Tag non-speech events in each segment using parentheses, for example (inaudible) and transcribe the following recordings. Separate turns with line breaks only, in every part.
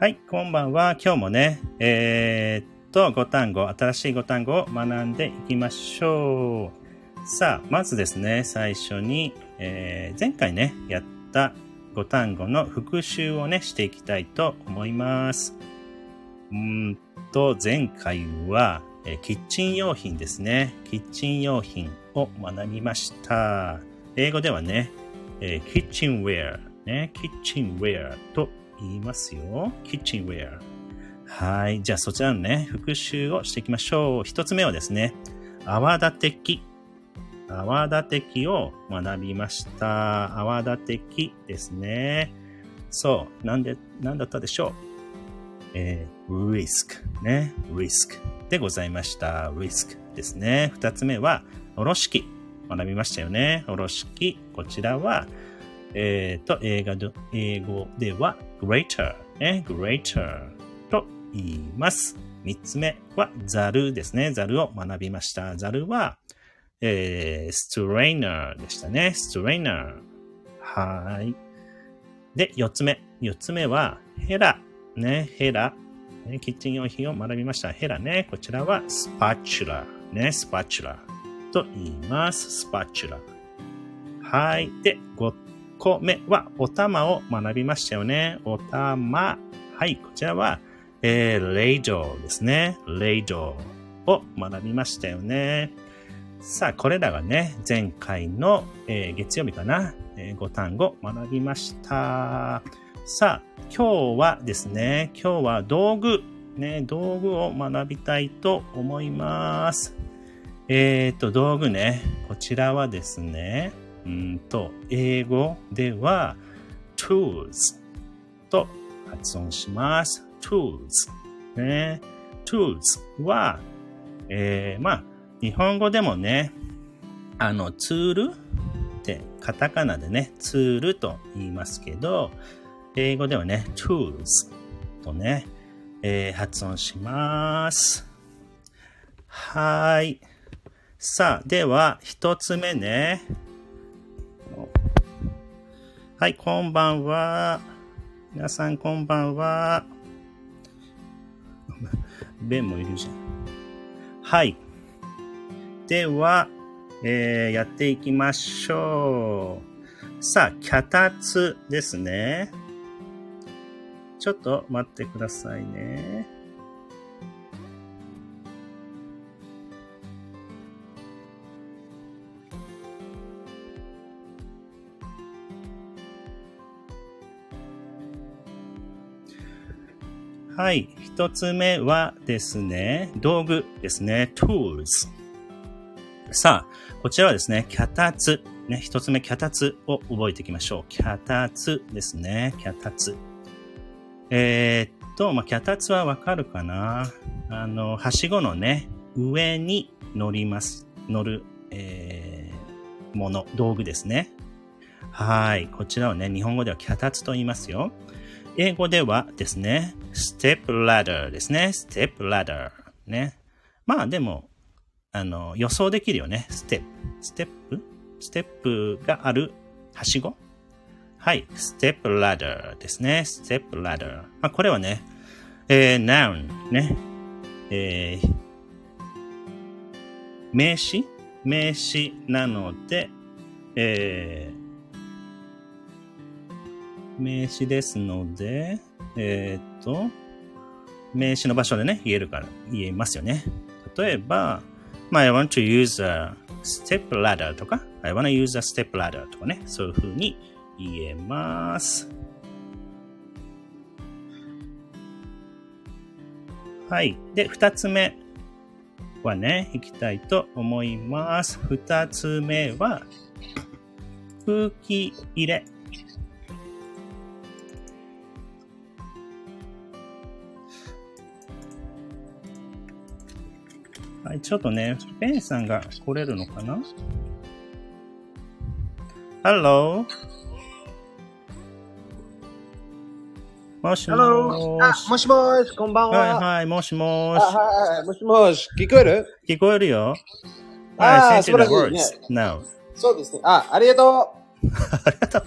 はい、こんばんは。今日もね、えーっと、5単語、新しい5単語を学んでいきましょう。さあ、まずですね、最初に、えー前回ね、やった5単語の復習をね、していきたいと思います。うーんと、前回は、えーキッチン用品ですね。キッチン用品を学びました。英語ではね、えーキッチンウェア、ね、キッチンウェアと言いますよ。キッチンウェア。はい。じゃあそちらのね、復習をしていきましょう。一つ目はですね、泡立て器。泡立て器を学びました。泡立て器ですね。そう。なんで、なんだったでしょう。えー、リスク。ね。リスク。でございました。リスクですね。二つ目は、おろし器。学びましたよね。おろし器。こちらは、えっ、と、映画で、英語では、greater、ね、greater と言います。三つ目は、ザルですね。ザルを学びました。ザルは、えー、ストレイナーでしたね。ストレイナー。はーい。で、四つ目。四つ目は、ヘラ。ね、ヘラ。ね、キッチン用品を学びました。ヘラね。こちらは、スパチュラ。ね、スパチュラ。と言います。スパチュラ。はい。で、5個目は、お玉を学びましたよね。お玉。はい。こちらは、えー、レイジョーですね。レイジョーを学びましたよね。さあ、これらがね、前回の、えー月曜日かな、え5単語学びました。さあ、今日はですね、今日は道具、ね、道具を学びたいと思います。えっ、と、道具ね、こちらはですね、うーんと、英語では tools と発音します。tools ね。tools は、えーまあ、日本語でもね、あの、ツールってカタカナでね、ツールと言いますけど、英語ではね、tools とね、えー発音します。はーい。さあ、では、一つ目ね。はい、こんばんは。皆さん、こんばんは。ベンもいるじゃん。はい。では、えーやっていきましょう。さあ、脚立ですね。ちょっと待ってくださいね。はい。一つ目はですね、道具ですね。tools。さあ、こちらはですね、脚立。ね、一つ目、脚立を覚えていきましょう。脚立ですね。脚立。えーっと、まあ、脚立はわかるかなあの、はしごのね、上に乗ります。乗る、えー、もの、道具ですね。はい。こちらをね、日本語では脚立と言いますよ。英語ではですね、ステップラダーですね。ステップラダー。ね。まあでも、あの、予想できるよね。ステップ。ステップステップがあるはしごはい。ステップラダーですね。ステップラダー。まあこれはね、えー、noun ね。えー、名詞名詞なので、えー、名詞ですので、えーっと、名詞の場所でね、言えるから、言えますよね。例えば、まあ、I want to use a step ladder とか、I wanna use a step ladder とかね、そういう風に言えます。はい。で、二つ目はね、いきたいと思います。二つ目は、空気入れ。はい、ちょっとね、ベンさんが来れるのかな ?Hello? もしも
Hello. あ
ー、し。
もしもーし、こんばんは。
はいはい、もしも
あ
し。
はいはいもしもーし、聞こえる
聞こえるよ。
あー
I sent you the
素晴らし
words now.
そうですね。あ、あ
(laughs)
りがとう。ありがとう。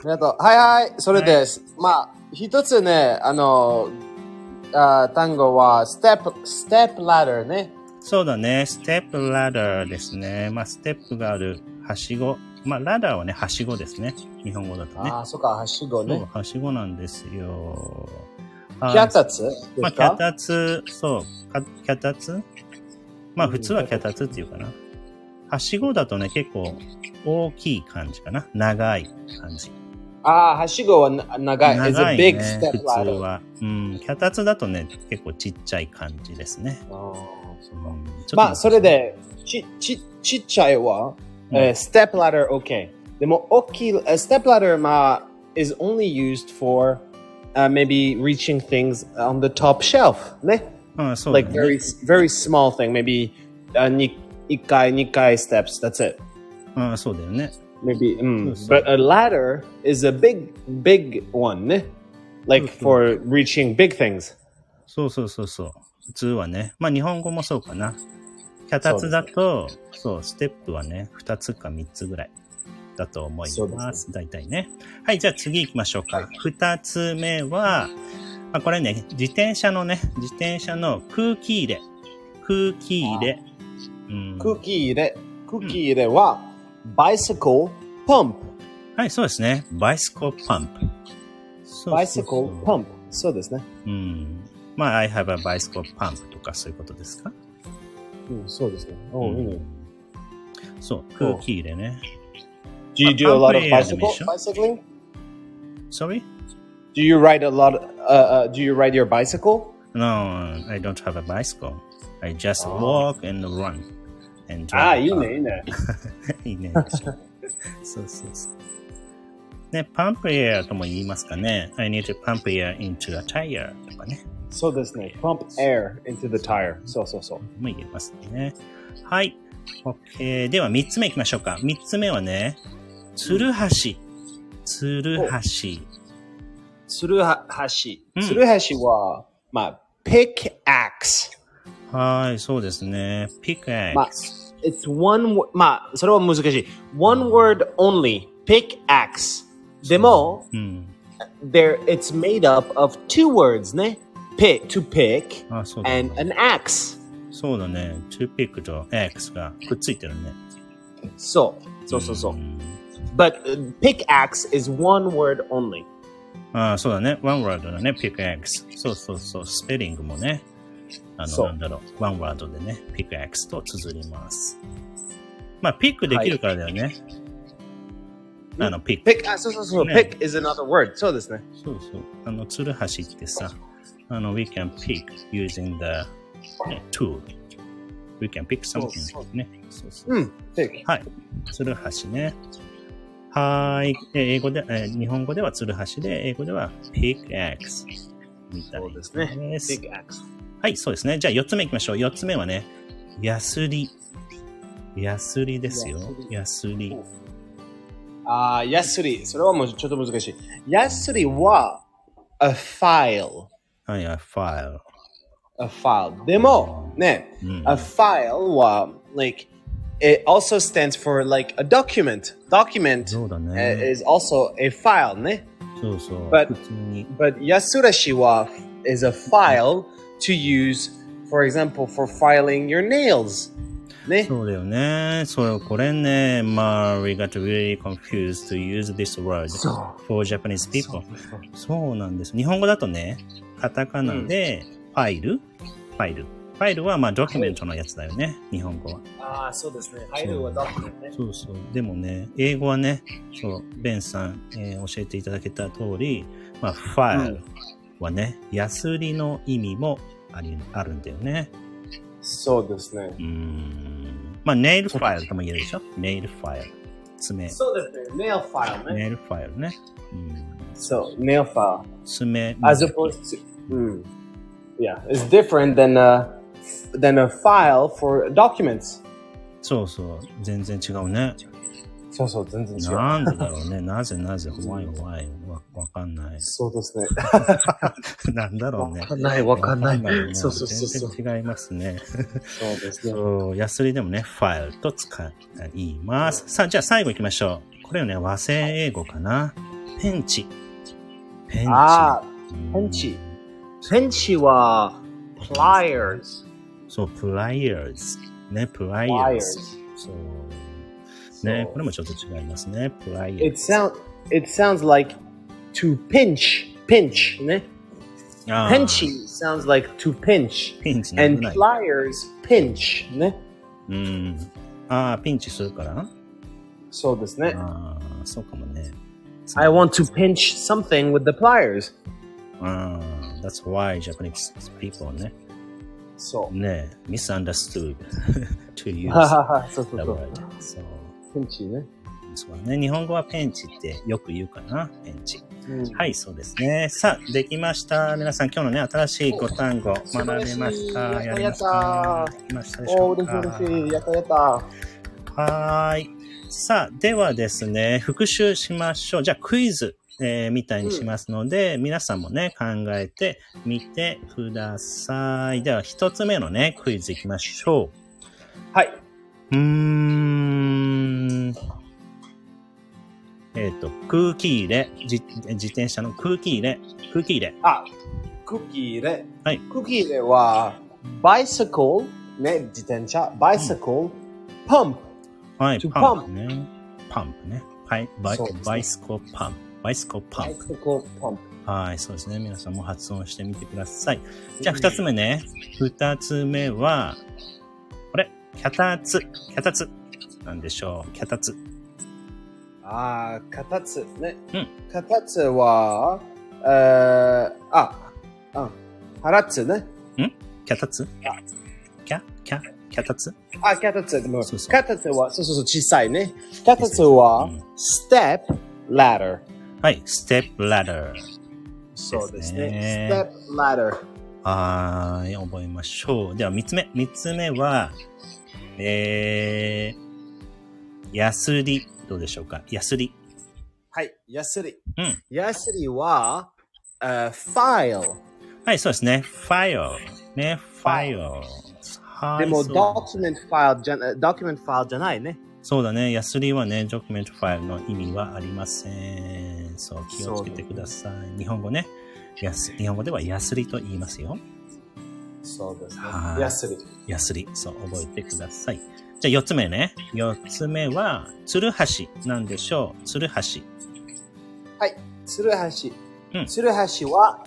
ありがとう。はいはい、それです。まあ、一つね、あの、あ単語は、ステップ、ステップラダーね。
そうだね。ステップラダーですね。まあ、ステップがある、はしご。まあ、ラダーはね、はしごですね。日本語だとね。
ああ、そっか、はしご
そう、
ね。
はしごなんですよ。あ
脚立です
まあ、
か
脚立、そう、か脚立まあ、普通は脚立っていうかな。はしごだとね、結構大きい感じかな。長い感じ。
ああ、はしごはな長い。
長
It's a
い
big
ね、普
step
通
ladder.
は。うん、脚立だとね、結構ちっちゃい感じですね。
あーそっか
うんちょっと
まあ、それで、ち、ち、ちっちゃいは、えー、ステップラダー OK。でも、大きい、ステップラダー、まあ、is only used for、uh, maybe reaching things on the top shelf. ね。
うん、そうだ
like
ね。
very, very small thing. Maybe、uh, に1回、2回 steps. That's it.
うん、そうだよね。
Maybe. Mm.
Yes.
But a ladder is a big, big one. ne? Like
Yes.
for reaching big things.
そうそうそうそう。普通はね。まあ日本語もそうかな。脚立だと、そう,、ステップはね、2つか3つぐらいだと思い
そう
ま。
ですす
大体ね。はい、じゃあ次行きましょうか。
はい
2つ目は、まあこれね、自転車のね、自転車の空気入れ。空気入れ。うん、
Cookie で、cookie では、bicycle pump.
はい、そうですね。バイスコパンプ。
(laughs)
そうそうそう
bicycle pump. そうですね。
うん。まあ、I have a bicycle pump とかそういうことですか
うん、そうですね。
う
お
ん
いいね。
そう、空気入れね。
Do you do a lot of
パンプレーヤーでも
bicycle,
一緒
bicycling?
Sorry?
Do you ride a lot, uh, uh, do you ride your bicycle?
No, I don't have a bicycle. I just
Oh.
walk and run. And
ああ、い
drive
いね、いいね。
car. (laughs) いいね。そうそうそう。ね、パンプエアとも言いますかね。I need to pump air into a tire とかね。
そうですね。pump air into the tire. そうそうそう。
も言えますね。はい。OK。では3つ目いきましょうか。3つ目はね、つるはし。つるはし。
つるは、はし
うん。
つるはしは、まあ、pick axe。
はい、そうですね。ピクエ
まあ、it's one, wo- まあ、それは難しい。one word only, pick axe. でも、
うん。
there, it's made up of two words ね。pick, to pick,
あ、そうだ、
and
ね。
an axe.
そうだね。2ピックと X がくっついてるね。
そう。そうそうそう。
ん
But uh, pick axe is one word only.
ああ、そうだね。ワンワードだね。ピック X。そうそうそう。スペリングもね。あの、
そう
なんだろう。ワンワードでね。ピック X と綴ります。まあ、ピックできるからだよね。あの、ピック。
pick, ah, あ、そうそうそう。
ね
pick is another word. そうですね。
そうそう。あの、ツルハシってさ、あの、we can pick using the、ね、tool. We can pick
そう
something. ね。そうそう。
うん。pick.
はい。つるはしね。はーい。えー英語で、えー日本語ではつるはしで、英語では pickaxe みたい
そうですね
です。
pick axe.
はい、そうですね。じゃあ4つ目いきましょう。4つ目はね、ヤスリ。ヤスリですよ。ヤスリ。
ああ、やすり。Ah, それはもうちょっと難しい。やすりは、a file。
はい、あファイル。
a file。でも、ね、
うん
a file は、like, it also stands for, like, a document. Document
そうだね。
eh, is also a file ね。
そうそう。
But-
普通に。
But やすらしは、is a file to use, for example, for filing your nails. ね。
そうだよね。そう、これね、まあ、we got really confused to use this word
そ
for Japanese people. そうなんです。日本語だとね、カタカナで、ファイル、ファイル。ファイルは、まあ、ドキュメントのやつだよね。日本語は。
ああ、そうですね。入るは document ね。
そうそう。でもね、英語はね、そう、ベンさん、えー教えていただけた通り、まあ、ファイルはね、ヤスリの意味もありあるんだよね。
そうですね。
うーん。まあ、ネイルファイルとも言えるでしょネイルファイル。爪。
そうですね。nail file ね。
ネイルファイルね。うん。
そう、nail file.
爪。
as opposed to mm, yeah it's different than a than a file for documents
そうそう。全然違うね。
そうそう全然違う
なんでだろうね。 (laughs) なぜなぜ怖い怖い。わわかんない。 (laughs)
そうですね
なんだろうね。
わかんないわかんない
ね
そうそうそうそう
全然違いますね。
そうですね
そう、ヤスリでもね、ファイルと使います。さあ、じゃあ最後行きましょう。これをね、和製英語かな。ペンチ。ペンチ。
Ah,
うん
penchi. Penchi wa pliers.
そう、プライヤーズ。ね、プライヤー
Pliers.
ズ。そう。ね
So,、
これもちょっと違いますね。プライヤー
it
ズ。
sound it sounds like to pinch, pinch, ne?
あー
Pinchy sounds like to pinch,
ピンチね。
and
危ない
pliers pinch, ne?
うん。ああ、ピンチするから。
So this ne.
ああ、そうかもね。
I want to pinch something with the pliers.
ああ、that's why Japanese people ね。
So.
ね、misunderstood (laughs) to
(laughs)
use that
はそうそうそう
word. そう。
ピンチね。
そうね。日本語はペンチってよく言うかな。ペンチ。
うん
はい、そうですね。さあ、できました。皆さん、今日のね、新しいご単語
素晴
学
らし
べ
い
ました。や
やった
りま
やっ
したた。できましたでし
お
ょ
お、
う
嬉しい
か
嬉しい。やったやった。
はーい。さあ、ではですね、復習しましょう。じゃあ、クイズ、えーみたいにしますので、皆さんもね、考えてみてください。では、一つ目のね、クイズいきましょ
はい。
う。うーん。えっ、と、空気入れ自、自転車の空気入れ、空気入れ。
あ、クッキーで。
はい
クッキーでは、バイサコーね、自転車、バイサコー、パンプ。
はい、
To
パンプね。パンプね。はい、バイ
そうですね
バイスコパンプ。バイスコパ
バ
ン
イ
プ。
サコー、パンプ。
はい、そうですね。皆さんも発音してみてください。じゃあ、
うん
二つ目ね。二つ目は、これ、脚立。脚立。なんでしょう。脚立。
あー、カタツね。
うん。
カタツは、えー、あ、うん。ハラツね。
脚立キャキャ脚立
あ、カタツでも
そうそう
カタツは、そうそうそう、小さいね。カタツは
うん、
ステップ、ラダー。
はい、ステップラダー。
そうです
ですね
ね。ステップ、ラダー。
はーい、覚えましょう。では、三つ目。三つ目は、えー、ヤスリ。どうでしょうか。ヤスリ。
はい、ヤスリ。
うん。
ヤスリは、えー、ファイル。
はい、そうですね。ファイル。ね、ファイル。はい
でも、
そう
ドキュメントファイルじゃ、ドキュメントファイル uh, じゃないね。
そうだね。ヤスリはね、ドキュメントファイルの意味はありません。そう、気をつけてください。日本語ね。やす日本語ではヤスリと言いますよ。
そうですね
はい
ヤスリ。
ヤスリ。そう、覚えてください。じゃあ、四つ目ね。四つ目は、つるはし。なんでしょう。つるはし。
はい、ツルハシ
うん。
ツルハシは、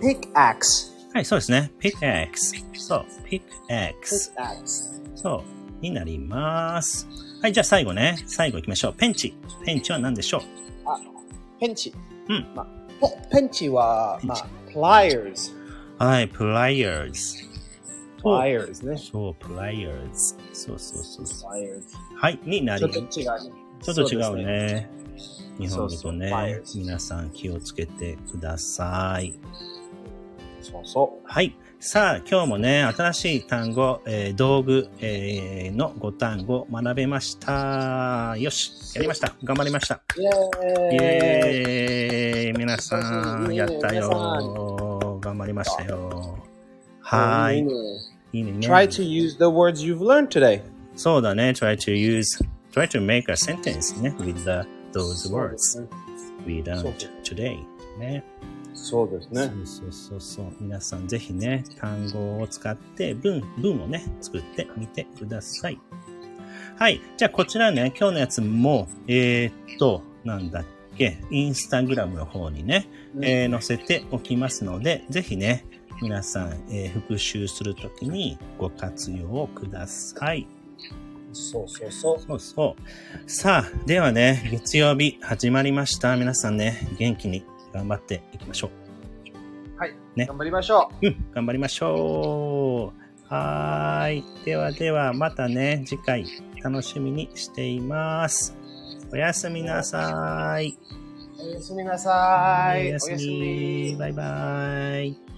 ピックアクス。
はい、そうですね。ピックエックス。そう、ピックエック
ピ
ス。
ックアクス。
そう、になります。はい、じゃあ最後ね。最後行きましょう。ペンチ。ペンチは何でしょう。
ペンチ。
うん
まあ、ペペンチは、
ペン
ま
チ
あ、プライアーズ。
はい、プライヤーズ。
プライアーズね。
そう、プライヤーズ。そうそうそうそう。
プライアーズ。
はい、にな
ち
り
ょっと違うね。
ちょっと違
そうです。
ね。日本語
そうそ
と
う
ね
Fires、
皆さん気をつけてください。
そうそ
はい。さあ、今日もね、新しい単語、えー道具、えーの5単語学べました。よし、やりました。頑張りました。
う。イェー
イ
イ。
エーイ皆さん、やった
皆
よ。頑張りましたよ。はー
いい
い。
ね
いいね。
Try to use the words you've learned today.
そうだね。try to use, try to make a sentence ね。with the, those words we learned today. ね。
そうですね。
そうそうそうそう。皆さんぜひね、単語を使って文、文をね、作ってみてください。はい。じゃあこちらね、今日のやつも、えー、っと、なんだっけ、インスタグラムの方にね、えー載せておきますので、ぜひね、皆さん、えー復習するときにご活用ください。
そうそうそう。
そうそう。さあ、ではね、月曜日始まりました。皆さんね、元気に頑張っていきましょう。ね
頑張りましょう。
うん、頑張りましょう。はーい。ではでは、またね、次回楽しみにしています。おやすみなさい。
おやすみなさい。
おやすみ。バイバイ。